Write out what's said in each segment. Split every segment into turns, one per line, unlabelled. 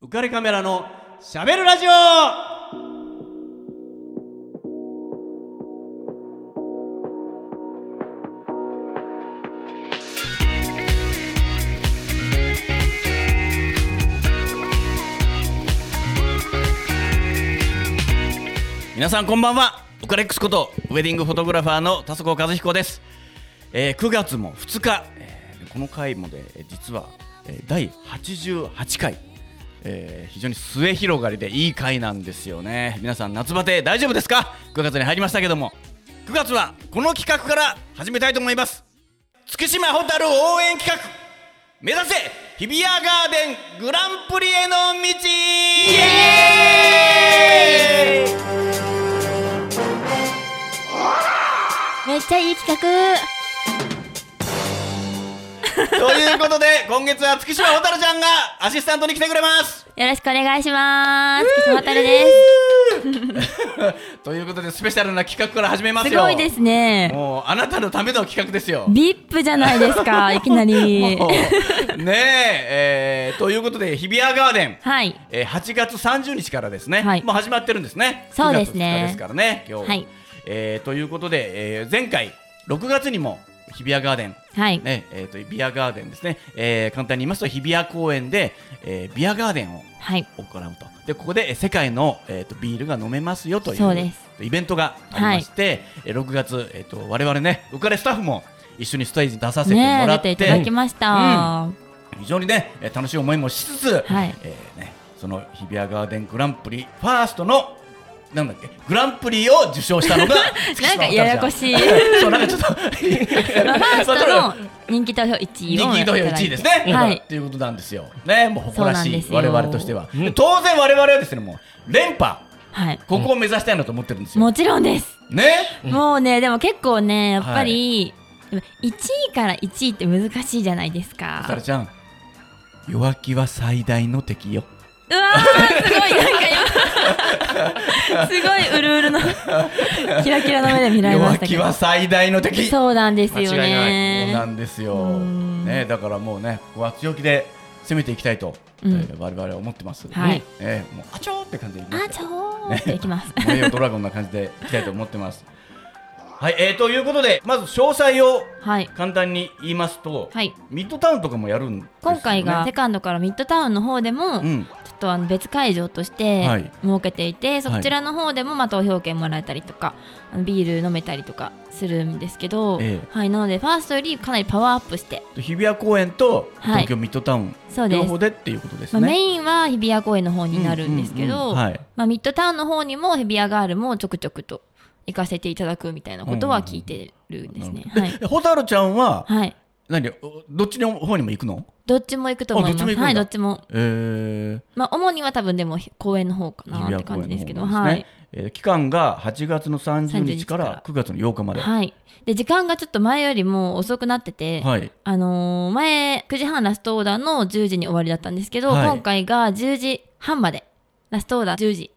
浮かれカメラのしゃべるラジオ
皆さんこんばんはウカレックスことウェディングフォトグラファーの田底和彦です、えー9月も2日、えーこの回もでえー実は、えー第88回、えー非常に末広がりでいい回なんですよね皆さん夏バテ大丈夫ですか9月に入りましたけども9月はこの企画から始めたいと思います月島蛍応援企画目指せ日比谷ガーデングランプリへの道
めっちゃいい企画
ということで今月は月島蛍ちゃんがアシスタントに来てくれます
よろしくお願いします月島るで
ということでスペシャルな企画から始めますす
す
よ
ごいですね
もうあなたのための企画ですよ
VIP じゃないです かいきなり
もうねええーということで日比谷ガーデン
はい
えー8月30日からですね、
はい
もう始まってるんですね
そうですね
9月2日ですからね今日、
はい
えーということで、えー前回6月にも日比谷ガーデン
はい
ねえー、とビアガーデンですね、えー簡単に言いますと日比谷公園で、えービアガーデンを
はい
行うとでここでえー世界の、えー、とビールが飲めますよという
そうです
イベントがありまして、えー6月、えー、と我々ねウカレスタッフも一緒にステージに出させても
ねえ
ら
出
って,、
ていただきました
非常にねえー楽しい思いもしつつ、
はい
えーね、その日比谷ガーデングランプリファーストのなんだっけグランプリを受賞したのが
なんかややこしい
そうなんかち ょっとファー
ファーストの人気投票1位
人
を
気投票
やって
1
い
位です
ただいて
ね。
は
っ
い
ていうことなんですよ。ね、もう誇ら
そうなん
し
で
い
すよ
我々としては。で当然我々はですね、もう連覇
はい
ここを目指したいなと思ってるんですよ。
もちろんです
ね、
もうねでも結構ねやっぱりでも1位から1位って難しいじゃないです
おさ
か
るちゃん、弱気は最大の敵よ。
うわーすごいなんか今すごいうるうるのキラキラの目で見られま
弱
したけ
気
ど
は最大の敵。
そうなんですよ
そうな
ね。
んです
う
よ。
ん
ね、だからもうね、ここは強気で攻めていきたいと、
うん
えー我々は思ってます。
はい
ね、もうあちょーって感じでいきますよ
あ、ちょーってい きます。
燃えよドラゴンな感じでいきたいと思ってます。はい、えー、ということで、まず詳細を
はい。
簡単に言いますと、
はい。
ミッドタウンとかもやるんですよ、ね、
今回がセカンドからミッドタウンの方でも、
う
ちょ
ん、
っとあの別会場として
はい
設けていて、そちらの方でもまあ投票券もらえたりとか、あのビール飲めたりとかするんですけど、
ええ
はい。なので、ファーストよりかなりパワーアップして、
日比谷公園と
はい
東京ミッドタウン、
そうで
両
す。
方でっていうことです
まあ、
ね。
メインは日比谷公園の方になるんですけ
うう
ど、
うはい、
まあ、ミッドタウンの方にも日比谷ガールもちょくちょくと行かせていただくみたいなことは聞いてるんですね。
なるほど
はい。
えホタルちゃんは、
はい。
何おどっちの方にも行くの？
どっちも行くと思い
あどっち
ま
も行
す。
くんだ
はい、どっちも。
えー、
まあ、主には多分でも公園の方か
日
な
比
っ
谷公
て感じ
園の
で
方
すけ
で
ど、
す
はい
ね。。えー期間が8月の30日か
30日から
ら9月の8日まで。
はい。で、時間がちょっと前よりも遅くなってて、
はい。
あのー前、9時半ラストオーダーの10時に終わりだったんですけど、
はい
今回が10時半まで、ラストオーダー10時、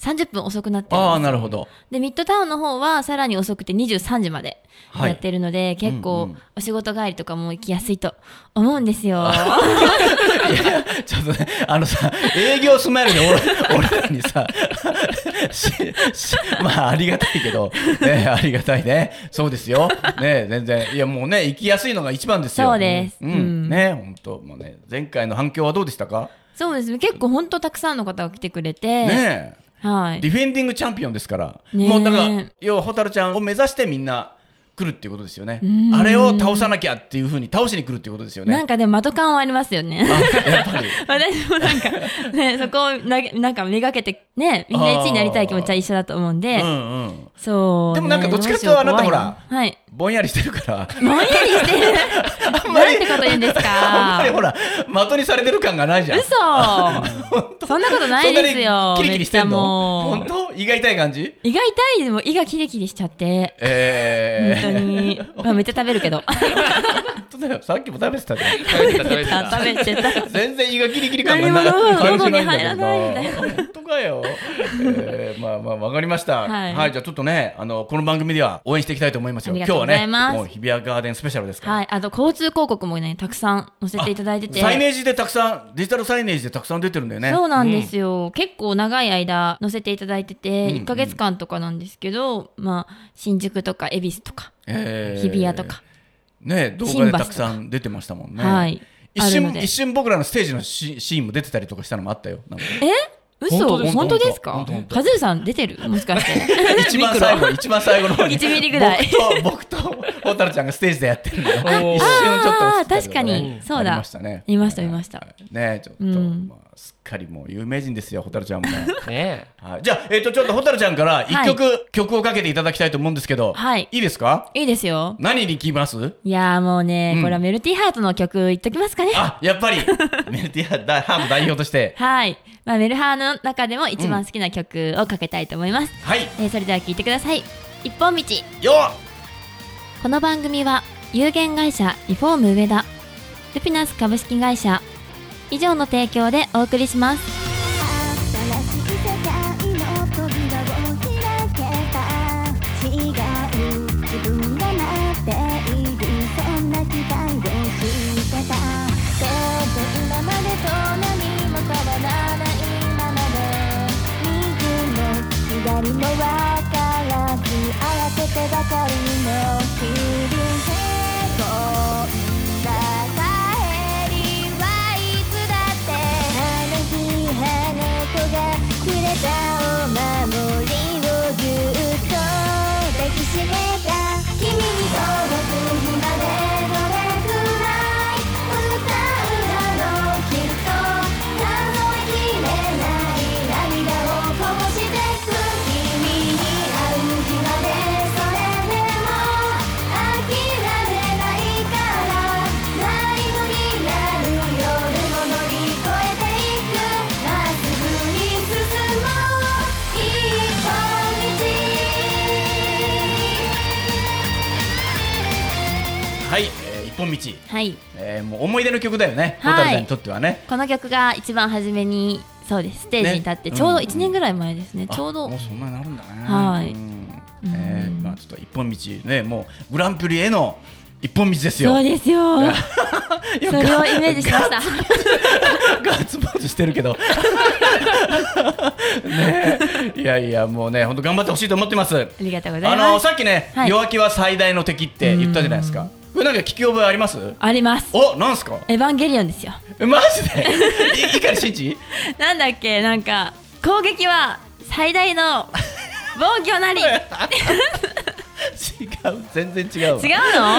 30分遅くなってるんですよ
ああなるほど。
で、ミッドタウンの方はさらに遅くて23時まで
はい
やってるので、結
うん
構
うん
お仕事帰りとかも行きやすいと思うんですよ。
ちょっとね、あのさ、営業スマイルで俺俺らにさ、ししまあありがたいけど、ね、ありがたいね、そうですよ、ね、全然、いやもうね、行きやすいのが一番ですよ。
そうです
うん
うん
ね、本当、もうね、前回の反響はどうでしたか、
そうですね。結構本当たくさんの方が来てくれて、
ね
は
え、
い
デ。ィフェンディングチャンピオンですから、
ねえ
もうだから、要は蛍ちゃんを目指してみんな来るっていうことですよね
う、ん
あれを倒さなきゃっていうふうに倒しに来るっていうことですよ
なん
ね。
かでも窓感はありますよね。
あやっぱり
私もなんか、 ね、そこをなげなんかめがけて、ね、みんな1位になりたい気持ちは一緒だと思うんで、
うんうん
そう、ね。
でもなんかどっちかっていうとあなたほら
どうしよ
ぼんやりしてるから
う怖いなはい。ぼんやりしてる。
あんまり
なんてこと言うんです
あんまりほ
か。
ら的にされてる感がないじゃん
嘘。そんなことないですよ。
そんなにキリキリしてんの
め
本
っちゃもう
当胃が痛い感じ
胃が痛いでも胃がキリキリしちゃって。
え
本当
ー、
に。まあ、めっちゃ食べるけど。
本当だよさっきも食べて たじゃん
食べてた食べてた
食べてた。
全然胃がキリキリ感がな
何も喉
感じないんだ
喉に入らないみ
けど本当かだよ。えーまあまあわかりました。は、
はいい
じゃあちょっとねあのこの番組では応援していきたいと思いますよ。
あり
今日は
がとうござ
ね
います
もう日比谷ガーデンスペシャルですから。
はい、あと交通広告もね、たくさん載せていただいてて。
サイネージでたくさんデジタルサイネージでたくさん出てるんだよね。
そうなんですよ、結構長い間載せていただいてて、1ヶ月間とかなんですけど、まあ、新宿とか恵比寿とか、
えー
日比谷とか、
ね動画でたくさん出てましたもんね。
はい
一
あるの
瞬
で
一瞬僕らのステージのシシーンも出てたりとかしたのもあったよ。なんか
嘘
本当です
本当です
本
か
当本当
カズーさん出てるもしかして。
一番最後一番最後の方に
1ミリぐらい
僕と僕と蛍ちゃんがステージでやってるのよ
おー
一瞬ちょっと映ったりと
確かに
ね
そう
あ
だ
りましたね
見ました見ました
はいねちょっと、
うん
まあ、すっかりもう有名人ですよ蛍ちゃんもね
ね
はいじゃあ、えっとちょっと蛍ちゃんから一曲、曲をかけていただきたいと思うんですけど、
はい
いですか
いいですよ。
何に聞きます
いやーもうね、
うん
これはメルティーハートの曲言っときますかね。
あやっぱりメルティアだハーブ代表として
はい。まあ、メルハーの中でも一番好きな曲をかけたいと思います。
はい
えーそれでは聴いてください。一本道。
よ
この番組は有限会社リフォーム上田ルピナス株式会社以上の提供でお送りします
新しい世界の扉を開けた違う自分が待っているそんな期待をしてたけど今までと何も変わらないままで右も左も分からず慌ててばかりの日々へこん「さかえりはいつだって」「あの日あの子がくれたお守りをぎゅっと抱きしめた」「君に届く日までどれくらい歌うだろうきっと」「数えきれない涙をこぼしてく」「君に会う日までそれでも」「諦めないからないのになるようになるまで」「乗り越えていく」「まっすぐに進もう一本道」
はい、えー一本道
はい
えーもう思い出の曲だよね、
はい
蛍ちゃんにとってはね。
この曲が一番初めにそうですステージに立って
ね
ちょうど
うん
1年ぐらい前ですね、
あ
ちょうど
もうそんなになるんだね。
はい
うんえーまあちょっと一本道ね、もうグランプリへの一本道ですよ。
そうですよ
いや
それをイメージしました
ガッツポーズしてるけど。 ねえ、いやいやもうね、本当頑張ってほしいと思ってます。
ありがとうござ
あ
いま
の
す
さっきね、
はい
弱気は最大の敵って言ったじゃないですか。これなんか聞き覚えあります？
あります
お、なんすか？
エヴァンゲリオンですよ
えマジで？い碇シンジ？
なんだっけなんか攻撃は最大の防御 なり違う
違う、全然違うわ。
の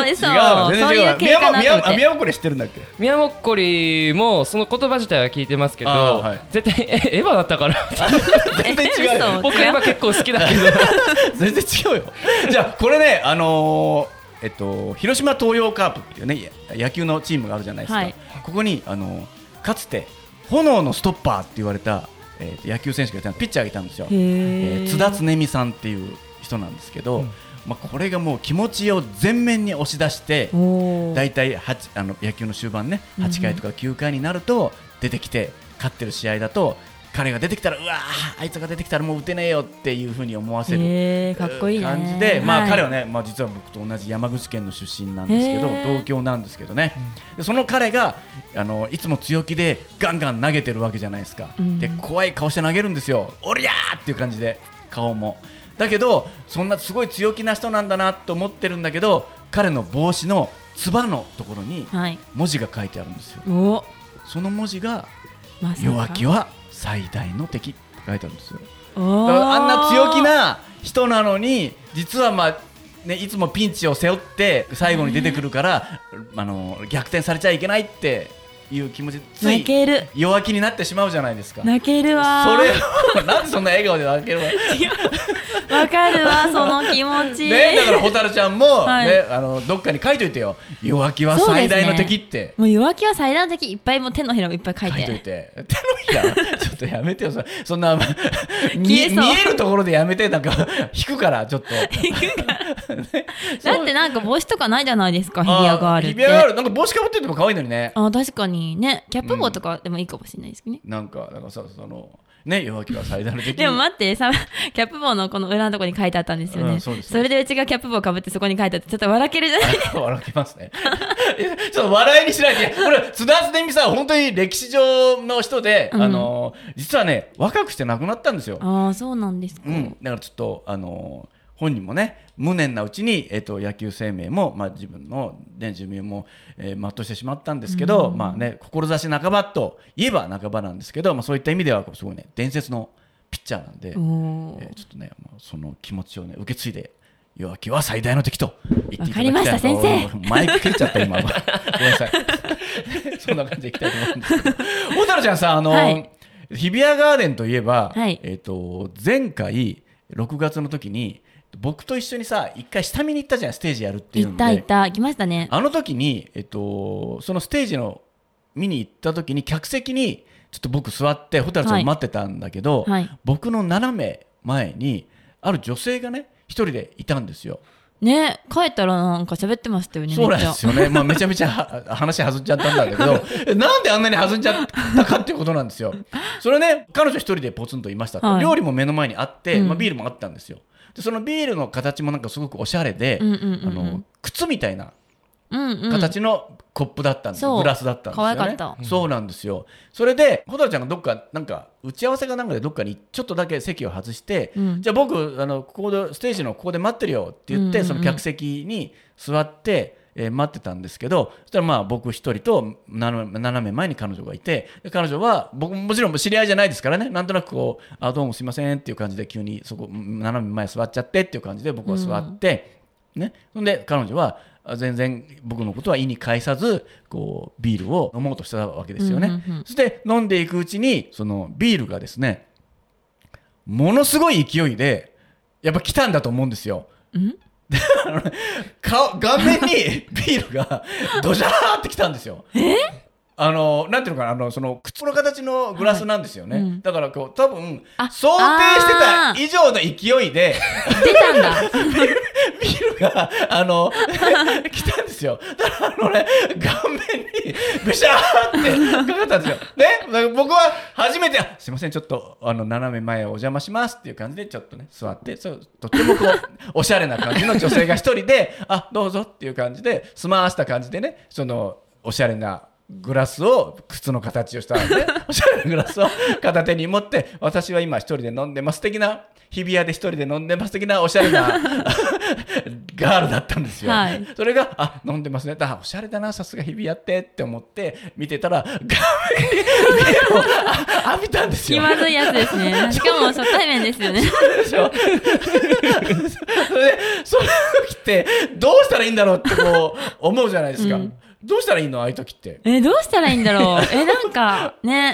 違う
嘘
わ全
そう
然違
いうう
わ。
結
宮
果
本宮
なと思って
本宮本これ知ってるんだっ け？
宮もっこりもその言葉自体は聞いてますけど、
あーはい
絶対えエヴァだったから
全然違うよ
え嘘
僕エヴァ結構好きだけど
全然違うよ。じゃあこれね、あのーえっと広島東洋カープっていうねや野球のチームがあるじゃないですか。
はい
ここにあのーかつて炎のストッパーって言われた、えーと野球選手がいたピッチャーがいたんですよ。え
へ
ー
ー
津田恒美さんっていう人なんですけど、まあこれがもう気持ちを前面に押し出して。
おー
大体八あの野球の終盤ね8回とか9回になると出てきて勝ってる試合だと彼が出てきたらうわーあいつが出てきたらもう打てねえよっていう風に思わせる
へーかっこいいね
感じで、まあ
はい
彼はね、まあ、実は僕と同じ山口県の出身なんですけど
へー
同郷なんですけどね、でその彼があのいつも強気でガンガン投げてるわけじゃないですか、
ん
で怖い顔して投げるんですよおりゃーっていう感じで顔もだけどそんなすごい強気な人なんだなと思ってるんだけど彼の帽子のつばのところに
はい
文字が書いてあるんですよ
お
その文字が
ま
「弱気
は
は最大の敵」って書いてあるんですよ
あ
だからあんな強気な人なのに実はまあね、いつもピンチを背負って最後に出てくるから、あの逆転されちゃいけないっていう気持ちつ
泣
い
ける
弱 気になってしまうじゃないですか
泣けるわ
それをなんでそんな笑顔で泣けるの
わかるわ、その気持ち。
ね、だから蛍ちゃんも、
はい
ね、あのどっかに書いといてよ弱気は最大の敵って、
もう弱気は最大の敵いっぱいもう手のひらもいっぱい書い
書いとい
て。
て手のひらちょっとやめてよそ そんな 見
消え
え
そう
見えるところでやめてなんか引くからちょっと
だってなんか帽子とかないじゃないですか、
あ
ヒビアガールっ
ヒ
て
ビア。ガールなんか帽子かぶってても可愛いのにね
あ確かにね、キャップ帽とかでもいいかもしれないですけどね。
なんかなんかさそのね弱気は最大の敵
でも待ってさ、 キャップ帽のこの裏のとこに書いてあったんですよね。
うんそうです
れでうちがキャップ帽かぶってそこに書いてあって、ちょっと笑けるじゃない
笑けますね。いやちょっと笑いにしないで、これ、津田敦美さん、本当に歴史上の人で、
うん
あのー、実はね、若くして亡くなったんですよ。
ああ、そうなんですか。
うん、だからちょっと、あのー本人もね、無念なうちに、えっと野球生命も、まあ、自分の、ね、寿命も、えー全うしてしまったんですけど、まあね、志半ばといえば半ばなんですけど、まあ、そういった意味ではすごいね伝説のピッチャーなんで、え
おー
ーちょっとね、まあ、その気持ちを、ね、受け継いで弱気は最大の敵と言っていただきたい
わかりました先生
おマイク切れちゃった 今ごめんなさい そんな感じでいきたいと思うんですけど蛍ちゃんさあの、
はい
日比谷ガーデンといえば、
はい
えっ、と前回6月の時に僕と一緒にさ一回下見に行ったじゃんステージやるっていう
行
の
っ
で
た行った、来ましたね。
あの時に、えっと、そのステージの見に行った時に客席にちょっと僕座って蛍ちゃんを待ってたんだけど、
はいはい
僕の斜め前にある女性がね一人でいたんですよ。
ね、帰ったらなんか喋ってましたよね、
そう
め
な
っ
ん
ち
で
ゃ。
すよね。まあめちゃめちゃは話弾んじゃったんだけど、えなんであんなに弾んじゃったかっていうことなんですよ。それね、彼女一人でポツンといましたと、
はい
料理も目の前にあって、
うん
まあビールもあったんですよ。でそのビールの形もなんかすごくおしゃれで、
うんうんう
あ
ん
の靴みたいな
うんうん。
形のコップだったんですよ、
そう
グラスだったんですよ、ね、
可愛かった
そうなんですよそれで蛍ちゃんがどっかなんか打ち合わせかなんかでどっかにちょっとだけ席を外して、
うん
じゃあ僕あのここでステージのここで待ってるよって言って、
うんうんうん
その客席に座って、えー待ってたんですけどそしたらまあ僕一人と斜め斜め前に彼女がいてで彼女は僕ももちろん知り合いじゃないですからねなんとなくこう「あどうもすいません」っていう感じで急にそこ斜め前座っちゃってっていう感じで僕は座って。ね、ほんで彼女はあ全然僕のことは意に介さずこうビールを飲もうとしたわけですよね、
うんうんうん
そして飲んでいくうちにそのビールがですねものすごい勢いでやっぱ来たんだと思うんですよ
ん
顔顔面 にビールがドジャーってきたんですよあのなんていうのかなあのその靴の形のグラスなんですよね、
はいうん
だからこう多分
あ
想定して
あ
た
ー
以上の勢いで
出た んだ。
ビールが、あの、 来たんですよ。だから、あのね、顔面に、ぐしゃーってかかったんですよ。ね、だから僕は初めて、あすいません、ちょっと、あの、斜め前へお邪魔しますっていう感じで、ちょっとね、座って、そうとってもこう、 おしゃれな感じの女性が一人で、あ、どうぞっていう感じで、済ました感じでね、その、おしゃれな、グラスを靴の形をしたので、 おしゃれなグラスを片手に持って私は今一人で飲んでます的な日比谷で一人で飲んでます的なおしゃれな ガールだったんですよ、
はい
それがあ飲んでますねあおしゃれだなさすが日比谷ってって思って見てたら画面に目をあ浴びたんです
気
よ
まずいやつで すね。しかも初対面ですよね。
でしょそれでそういう時ってどうしたらいいんだろうってこう思うじゃないですか、
うん
どうしたらいいのああいう時って
え、どうしたらいいんだろう。え、なんか、ね。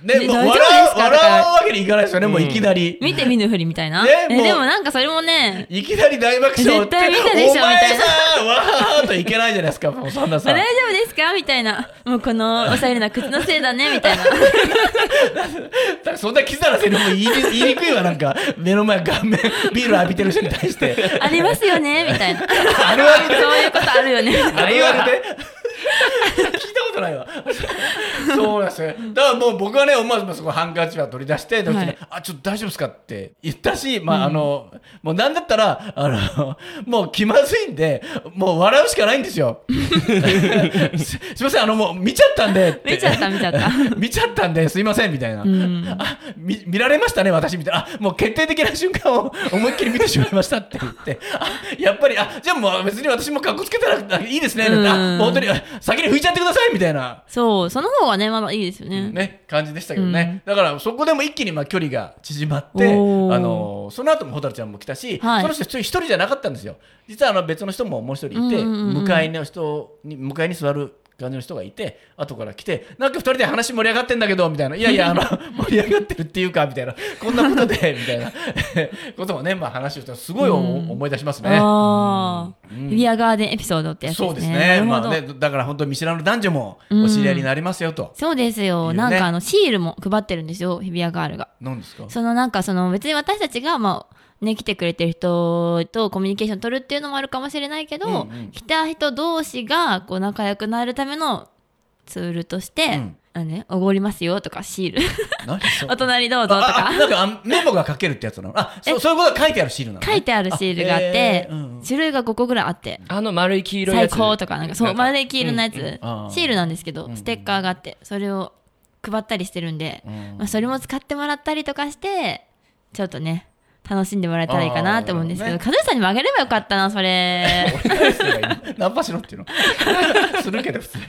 ね
ね
もう
大丈夫
笑
です
う
か
笑うわけにいかないですよね、もういきなり、
見て見ぬふりみたいな。
ね
え
もう
でもなんかそれもね、
いきなり大爆笑って
絶対見たでしょ
お前
みたい
さわーっといけないじゃないですかもうそんなさ
大丈夫ですかみたいな。もうこのおしゃれな靴のせいだね、みたいな。
だからそんなキザなセリフ言いに 言いにくいわなんか目の前顔面ビール浴びてる人に対して
ありますよねみたいな。
あるある
そういうことあるよね。
あれ言われて聞いたことないわ そうなんですよだからもう僕はね思わずそこハンカチは取り出して、
はい
どうしてあちょっと大丈夫ですかって言ったしまああの、もうなんだったらあのもう気まずいんでもう笑うしかないんです よ すすいませんあのもう見ちゃったんでって
見ちゃった見ちゃった
見ちゃったんですいませんみたいな、あ見見られましたね私みたいなあもう決定的な瞬間を 思いっきり見てしまいましたって言ってあやっぱりあじゃあもう別に私もかっこつけたらあいいですね
うん
あもう本当にあ先に拭いちゃってくださいみたいな、
そう、その方がね、まだいいですよね。
ね、感じでしたけどね、だからそこでも一気にまあ距離が縮まってあ
おー
のその後も蛍ちゃんも来たし、
はい
その人一人じゃなかったんですよ実はあの別の人ももう一人いて、
うんうんうんうん
向かいの人に向かいに座る感じの人がいて後から来てなんか2人で話盛り上がってんだけどみたいないやいやあの 盛り上がってるっていうかみたいなこんなことで みたいなこともね、まあ、話をしてすごいお
うん
思い出しますね。
ああ、
うん
ビアガーデンエピソードってやつですね。
そうですね
なる
ま
ほ
あ、
ど
ねだから本当に見知らぬ男女もお知り合いになりますよと。
そうですよ。
いいよね
なんかあの、シールも配ってるんですよ、日比谷ガールが。
なんですか
そのなんかその、別に私たちが、まあ、ね、来てくれてる人とコミュニケーション取るっていうのもあるかもしれないけど、
うんうん
来た人同士が、こう、仲良くなるためのツールとして、
うん
あのね、おごりますよとか、シ ール、
何それ
お隣どうぞと
ああ
か、
なんかあメモが書けるってやつなのあそ
え
うそういうことが書いてあるシールなの、
書いてあるシールがあって
あえ、ーうんうん
種類が5個ぐらいあって、
あの丸い黄色いや
最
つ
高とかなんかそうまるで黄色のやつ、
あー
シールなんですけど、
うんうん
ステッカーがあってそれを配ったりしてるんで、
うん
まあ、それも使ってもらったりとかしてちょっとね楽しんでもらえたらいいかなと思うんですけど、
あー
和義さんにもあげればよかったなそ れ
何すればいいのナンパしろっていうの するけど普通に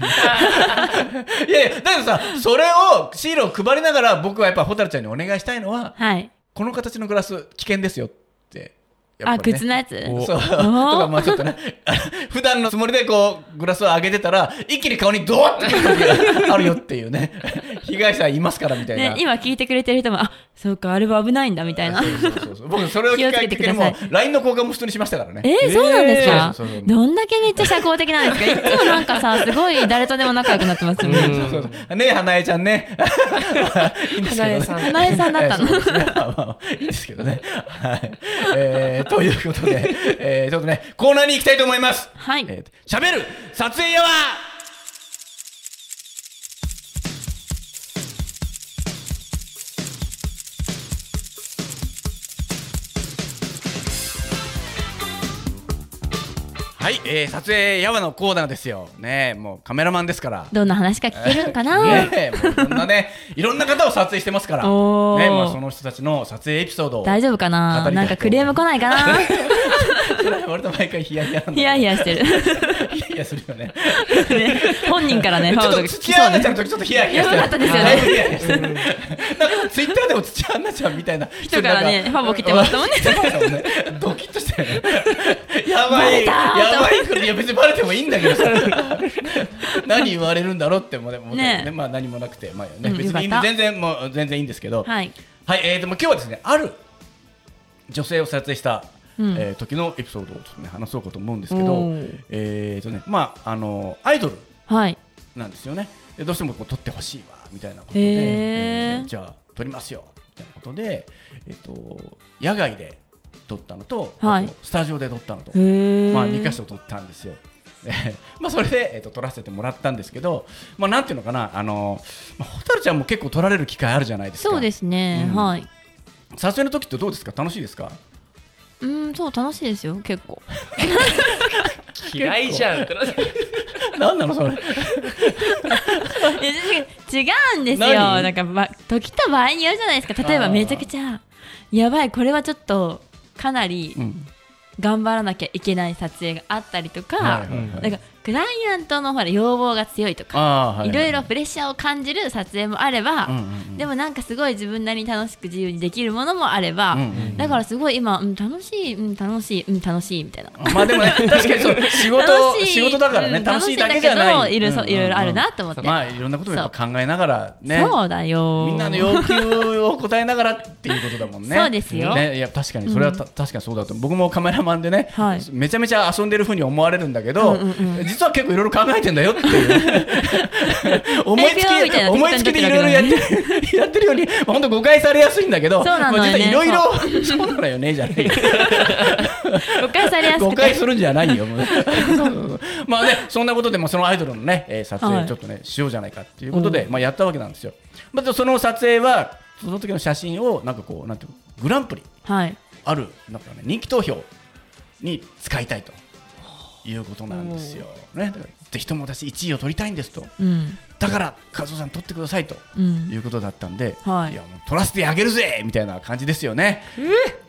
いやいやだけどさそれをシールを配りながら僕はやっぱ蛍ちゃんにお願いしたいのは
はい
この形のグラス危険ですよってや
あ
っぱりね
靴のやつ
そうと
お
かまあちょっとね あ普段のつもりでこうグラスを上げてたら一気に顔にドワッてくる時があるよっていうね 被害者いますからみたいな、
ね、今聞いてくれてる人もあそうかあれは危ないんだみたいな
そうそうそう僕それを機会的に
気を
も
つけてく
LINE の交換も普通にしましたからね
えー、そうなんですか、
そうそうそう
どんだけめっちゃ社交的なんですかいつもなんかさすごい誰とでも仲良くなってますよね
うん
そうそうねえ花江ちゃんねいいんですけどね
花江さん
花江さんだったの
ええそうですねまあまあいいんですけどねはい、えー、ということで、えー、ちょっとねコーナーに行きたいと思います
はい
えーしゃべる撮影やわはい、えー、撮影やわのコーナーですよねえもうカメラマンですから
どんな話か聞けるんかな、
ねえもういろんなね いろんな方を撮影してますから、ね
おー
えまあ、その人たちの撮影エピソードを
大丈夫か
語
な
りた
ないんかクレーム来ないかな
それは 割と毎回ヒヤヒヤなんだ
ヒヤヒ ヤしてる。
ヒヤヒヤするよね
ね本人からね、
ちょっと
ファンとか
土屋アンナちゃんの時ちょっとヒヤヒヤして
やばかったですよね
だいぶヒヤヒヤしてるなんかツイッターでも土屋アンナちゃんみたいな人
人からねファボ来てましたもんね
来てましたもんねドキッとしたよねやばい
バレたー
やばいこれいや別にバレてもいいんだけ どさ何言われるんだろうってもうでも思ったけどね
ね
まあ何もなくてまあね
うん
別にいいんで
よかった
全然もう全然いいんですけど
はい。
はい、えー、でも今日はですね、ある女性を撮影した、
うん
えー時のエピソードをちょっと、ね、話そうかと思うんですけ
お
ど
ー、
えーとね、まああのアイドル
はい。
なんですよね。でどうしてもこう撮ってほしいわみたいなことで、
へー
うんじゃあ撮りますよみたいなことで、えっ、と野外で撮ったのと、
はい
あとスタジオで撮ったのと、
へ
まあ2箇所撮ったんですよ。 でまあそれで、えー、と撮らせてもらったんですけど、まあなんていうのかな、あのまあ蛍ちゃんも結構撮られる機会あるじゃないですか。
そうですね、
うん
はい。
撮影の時ってどうですか楽しいですか
うん、そう、楽しいですよ、結構。
嫌いじゃんってなって
何なのそれ
いや違うんですよ。
何
なんか、ま、時と場合によるじゃないですか。例え
あ
ば、
ー
めちゃくちゃ、やばい、これはちょっと、かなり
ん
頑張らなきゃいけない撮影があったりとか、なんか、クライアントのほら、要望が強いとか、
ああ
いろいろプレッシャーを感じる撮影もあれば、
うんうんうん
でもなんかすごい自分なりに楽しく自由にできるものもあれば、
うんうん
だからすごい今、うん、楽しい、うん、楽しい、うん、楽しいみたいな。
まあでもね確かにそう仕
楽
事
しい
仕事だからね
うん
楽しいだけじゃ
楽
な
し
い
いだけどいろいろ
うん
いろいろあるなと思って
まあいろんなことをやっぱ考えながらね
そうだよ。
みんなの要求を答えながらっていうことだもんね。
そうですよ
ね、いや確かにそれはた、確かにそうだと思う僕もカメラマンでね、
はい
めちゃめちゃ遊んでるふうに思われるんだけど、
うんうんう
実は結構いろいろ考えてんだよっていう 思いつ
勉強みたい
き
な
思いつきでいろいろやってるやってるように本当誤解されやすいんだけど、
そうなの
まあ実は
よね
いろいろ そうなのよねじゃない
誤解されやす
誤
く
解
て。
するんじゃ ないよ。もうまあね、そんなことで、まあ、そのアイドルのね、えー撮影
は
を
い
ちょっとね、しようじゃないかっていうことで、まあ、やったわけなんですよ。まず、その撮影は、その時の写真を、なんかこう、なんていうのグランプリ
はい。
ある、なんかね、人気投票に使いたいと。いうことなんですよ。ね、だからぜひとも私1位を取りたいんですと。
うん。
だから、和夫さん取ってくださいと。
うん
いうことだったんで、
はい
やもう取らせてあげるぜみたいな感じですよね。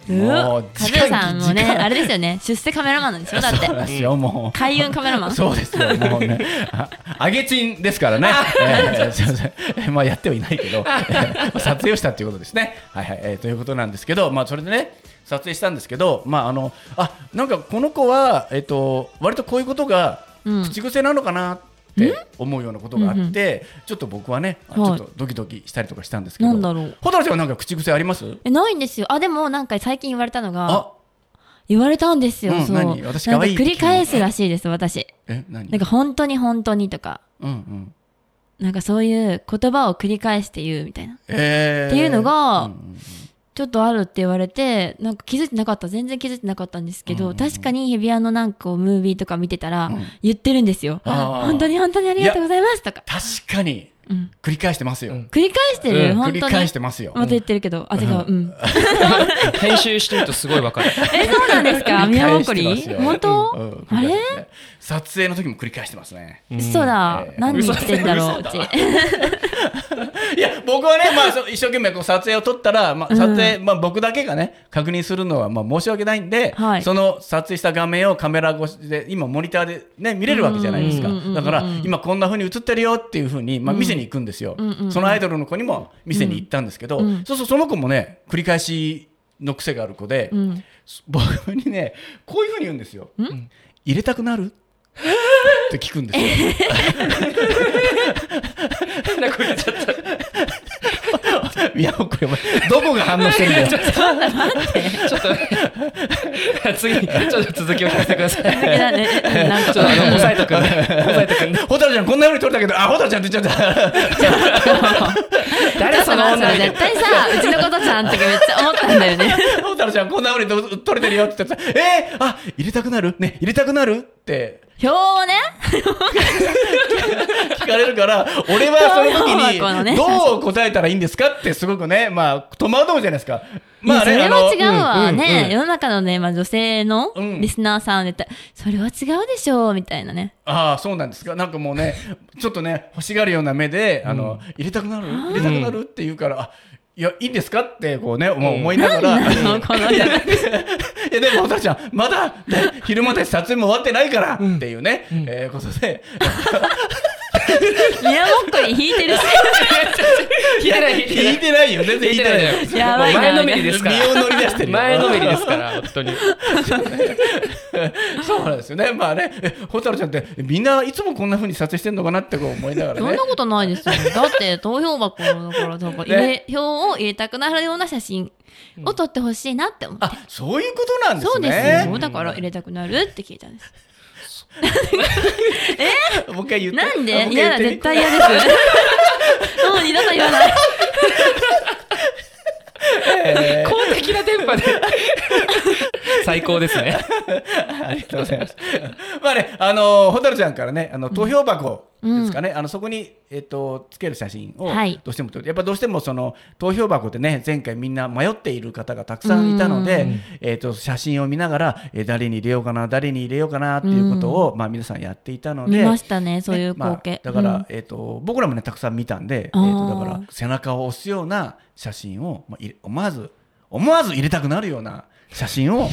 う
も
わ
う
カ
時
ズ
間
ーさんもね、
時間
あれですよね。出世カメラマンなんでしょだっ
そうなん
て。
ですよ、もう。
開運カメラマン。
そうですよ、もうね、ああげちんですからね、えーすいませんえーまあやってはいないけど、え ー撮影をしたということですね。はいはいえーということなんですけど、まあ、それでね、撮影したんですけど、まあ、あのあなんかこの子は、えっと割とこういうことが
うん
口癖なのかなっって思うようなことがあって、ちょっと僕はね、あちょっとドキドキしたりとかしたんですけど。
なんだろう
ホタルちゃんはなんか口癖あります？
えないんですよあでもなんか最近言われたのが
あ、
言われたんですよ、
うん
そう
何私可愛い
なんか繰り返すらしいです私
え、何？
なんか本当に本当にとか
うんうん。
なんかそういう言葉を繰り返して言うみたいな
えー
っていうのが
んん
ちょっとあるって言われてなんか気づいてなかった全然気づいてなかったんですけど、確かに日比谷のなんかこうムービーとか見てたら言ってるんですよ、
あー
本当に本当にありがとうございますとか、
確かに
うん、
繰り返してますよ。
うん
繰り返してる、
うん
本
繰
当に
り返してますよ。
また言ってるけど、あてかうん
編集してるとすごいわかる。
えそうなんですか宮本こ
繰り返
り
してますよ
本
う
当、
んうん
あれ、
撮影の時も繰り返してますね。
そうだ、
えー
何言ってんだろううち
いや僕はね、まあ、そう一生懸命こう撮影を撮ったら、まあ、撮影、まあ、僕だけがね確認するのはまあ申し訳ないんで、
はい
その撮影した画面をカメラ越しで今モニターで、ね、見れるわけじゃないですか
うんうんうんうん
だから今こんな風に映ってるよっていう風に、まあ、見せに行くんですよ、そのアイドルの子にも見せに行ったんですけど、そうそうその子もね繰り返しの癖がある子で、
ん
僕にねこういう風に言うんですよ。入れたくなるって聞くんですよ。いや、これ、お前どこが反応してるんだよ。
ちょっと次ちょっと続きを聞かせてください。
だけ だねうんなんか
ちょっとあの抑え とくんで抑えとくんで
ホタルちゃんこんな風に撮れたけど、あ、ホタルちゃんって言っ ちゃった。
誰その女絶対さうちのことちゃんってめっちゃ思ったんだ よね
ホタルちゃんこんな風に撮れてるよって言ったらさ、えー、あ、入れたくなるね、入れたくなるって
表をね
聞かれる から、俺は
そう
そ
な
の
の
時
ね
に、どう答えたらいいんですかってすごくね、まあ、戸惑うじゃないですか。まあ
そ
ね、
れ
あの
は違うわね、
うんうん
世の中のね、まあ、女性の
うん
リスナーさんは絶対、それは違うでしょうみたいな ね
ああそうなんですかなんかもう ねちょっとね欲しがるような目で、あの入れたくなる入れたくなるって言うからあいやいいんですかってこうね、もう思いながら、
なんな のこの
い
人
やいやでもお父ちゃんまだ、ね、昼間で撮影も終わってないから、っていうね、えーことで
宮本こり引いてるし
引いてない引いてな
引い
い
てない よ全然
引
引
い
いて
てな
ないいよ
のよ。
やばいな
前のめりですか
身を乗り出してる
ら。
よ
前のめりですから本当に。
そうなんですよねまあねえ蛍ちゃんってみんないつもこんな風に撮影してんのかなってこう思いながら
そん
ね
なことないですよだって投票箱だからなんか入れ、表を入れたくなるような写真を撮ってほしいなって思って、
あそういうことなんですね
そうですよだから入れたくなるって聞いたんです
もう一回言って
なん
あ
で
もう一
嫌だ
回言って
絶対嫌です もう二度と言わない
公的な電波で 最高ですね。
ありがとうございます。まあね、あの、蛍ちゃんからね、あの、投票箱ですかね、あの、そこに、えっ、と、つける写真を、
はい
どうしても撮る、やっぱどうしても、その、投票箱でね、前回みんな迷っている方がたくさんいたので、えっ、と、写真を見ながら、えー誰に入れようかな、誰に入れようかな、っていうことを、まあ、皆さんやっていたので、
見ましたねそういう光景、
ねまあだから、えっ、と僕らもねたくさん見たんで、え
あー
ーとだから背中を押すような写真を、まあ、入れ思わず思わず入れたくなるような写真 を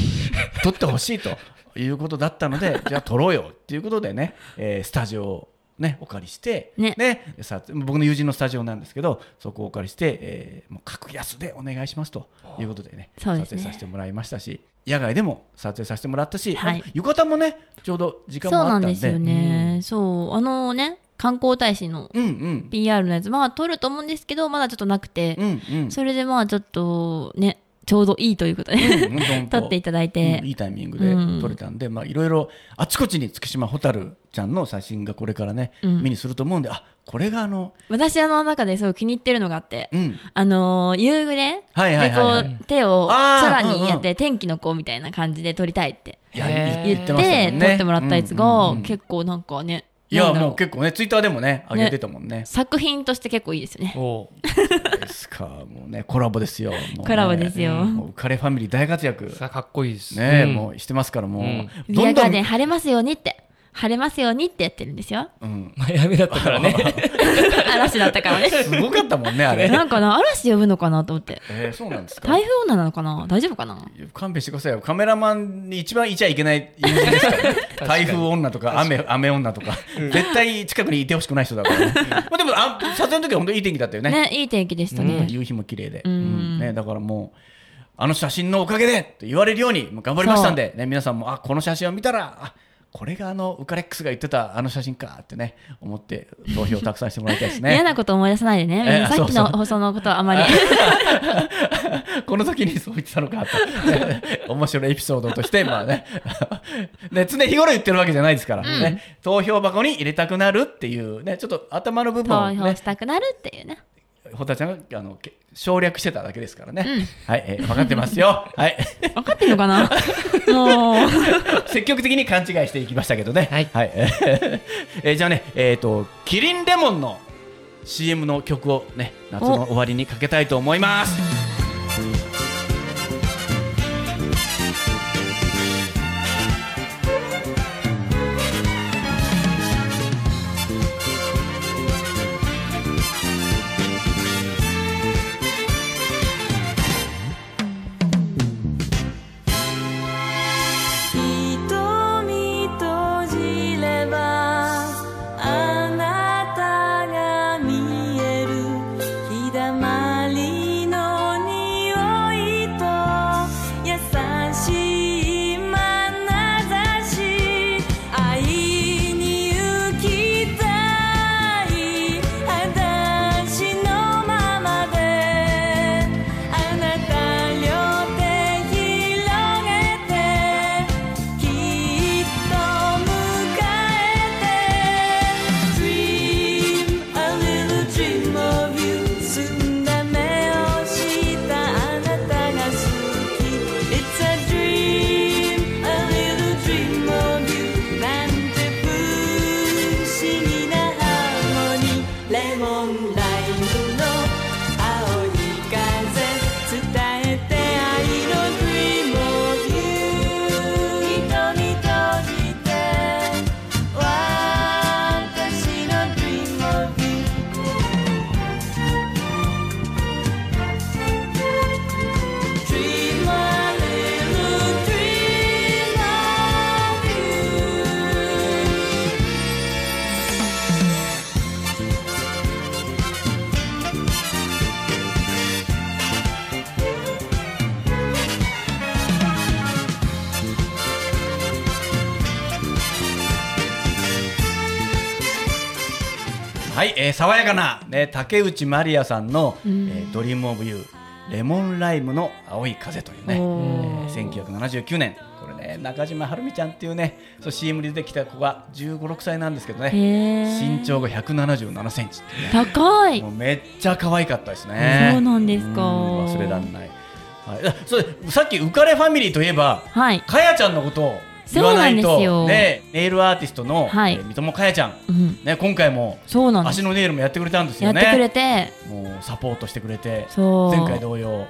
撮ってほしいということだったのでじゃあ撮ろうよっていうことでね、えースタジオをねお借りして、
ね
さ僕の友人のスタジオなんですけどそこをお借りして、えーもう格安でお願いしますということでね
そうです
撮
ね
影させてもらいましたし野外でも撮影させてもらったし、
はい
浴衣もねちょうど時間
そ
も
う
あっ
なん
たんで
ですよね、そうあのね観光大使の
うんうん、
PR のやつまあ撮ると思うんですけどまだちょっとなくて、
うんうん、
それでまあちょっとねちょうどいいということで、
うんほんとほんと
撮っていただいて、
うんいいタイミングで撮れたんで、まあいろいろあちこちに月島蛍ちゃんの写真がこれからね、
ん
目にすると思うんであこれがあの
私あの中ですごい気に入ってるのがあって、
うん
あのー夕暮れで
はいはいはいはい
こう手を
あー
空にやっ
うん
て天気の子みたいな感じで撮りたいって
いや
へー
言っ
言ってて
ましたもんね
撮ってもらったやつ
うんう
が
んうん
結構なんかね
いや
なんだろう
もう結構ねツイッターでもね上げてたもんね
作品として結構いいですよね
お
そうですかもうねコラボですよもうね
コラボですよ
もう浮かれファミリー大活躍
さあかっこいいです。
ね、
うん
もうしてますからもう、
う
ビアガーデン
ね
晴れますようにって晴れますようにってやってるんですよ
うん、
マイアミだったからね。
嵐だったから ね
すごかったもんねあれ、
なんかな嵐呼ぶのかなと思って
えー、そうなんですか
台風女なのかな大丈夫かな
勘弁してくださいよカメラマンに一番いちゃいけない友人です から、ね、台風女とか雨雨女とか、絶対近くにいてほしくない人だから、ね、まあでもあ撮影の時は本当にいい天気だったよね
ねいい天気でした
うん
ね
夕日も綺麗で、う
ん
んね、だからもうあの写真のおかげでと言われるようにもう頑張りましたんで、ね、皆さんもあこの写真を見たらあこれがあのウカレックスが言ってたあの写真かってね思って投票たくさんしてもらいたいですね
嫌なこと思い出さないでね。
えー
さっき
そうそ
の
う
放送のことはあまり。
この時にそう言ってたのかと面白いエピソードとしてまあねね常日頃言ってるわけじゃないですから、ね、投票箱に入れたくなるっていうねちょっと頭の部分を
投票
ね
したくなるっていうね。
ホタちゃんがあのけ省略してただけですからね、はい、えー分かってますよはい
分かってんのかなもう。
積極的に勘違いしていきましたけどね
はい
えーえーじゃあねえっ、とキリンレモンの CM の曲をね夏の終わりにかけたいと思います
瞳閉じればあなたが見える日だまりの匂いと優しい眼差し愛に浮きたい裸足のままであなた両手広げて「きっと迎えて」「Dream a little dream of you」「澄んだ目をしたあなたが好き」「It's a dream a little dream of you」「なんて不思議なハーモニー」「レモンライムの青い風」「伝えて愛の dream of you」「瞳閉じて私の dream of you」「dream a little dream of you」
はい、えー爽やかな、ね、竹内まりやさんの「えードリームオブユーレモンライムの青い風」というね、え
おー
ー1979年これね中島はるみちゃんっていうねそう CM に出てきた子が1 5 6歳なんですけど
へ
ね
ー
身長が1 7 7センチっていうね
高い。
もうめっちゃ可愛かったですね
そうなんですか。
うん忘れられない、はい、あそれさっき「浮かれファミリー」といえば
はい。
かやちゃんのことを言わない
そうなんです
と
よ
ねネイルアーティストの、
はい
えー三友かやちゃん、
うん。
ね、今回も
そうなんです
足。のネイルもやってくれたんです
や
よ
って
ね。
くれて、
もうサポートしてくれて、
そう。
前回同様、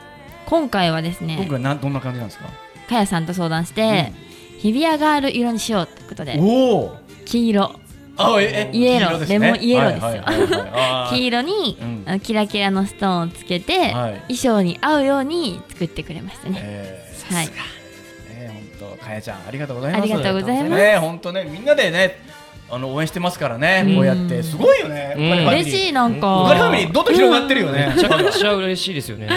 今回はです
今
ね、
回なんどんな感じなんですか？
かやさんと相談して、日比谷ガール色にしようってことで、
おお、
黄色。
あええ
イエロー
黄色です
レモンイエローですよ
はいはいはいはいあー
黄色に、
うん
あのキラキラのストーンをつけて、
はい
衣装に合うように作ってくれましたね。
えー
はい、
ね本当かやちゃんありがとうございます。
ありがとうございます
ね本当ねみんなでねあの応援してますからね、
うん
こうやってすごいよね。
うん
お金ファミリー
嬉しいなんか。
お金ファミリーどんどん広がってるよね
め。ちゃくちゃ嬉しいですよね。
ウ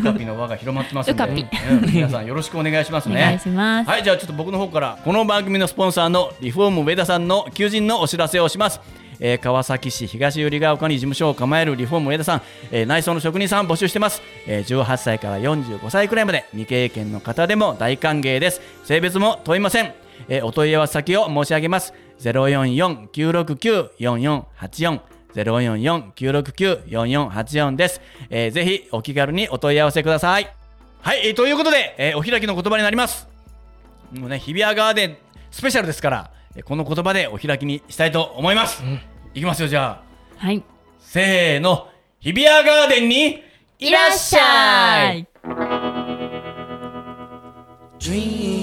カピの輪が広まってますんで、
ウカピ
うん皆さんよろしくお願いします
お
ね。
願いします。
はいじゃあちょっと僕の方からこの番組のスポンサーのリフォーム上田さんの求人のお知らせをします、えー川崎市東百合ヶ丘に事務所を構えるリフォーム上田さん、えー内装の職人さん募集してます、えー18歳から45歳くらいまで未経験の方でも大歓迎です性別も問いません、えーお問い合わせ先を申し上げます044-969-4484 044-969-4484です、えーぜひお気軽にお問い合わせくださいはい、えーということで、えーお開きの言葉になりますもうね、日比谷ガーデンスペシャルですから、えこの言葉でお開きにしたいと思います。いきますよ、じゃあ。
はい。
せーの、日比谷ガーデンに
いらっしゃい。
Dream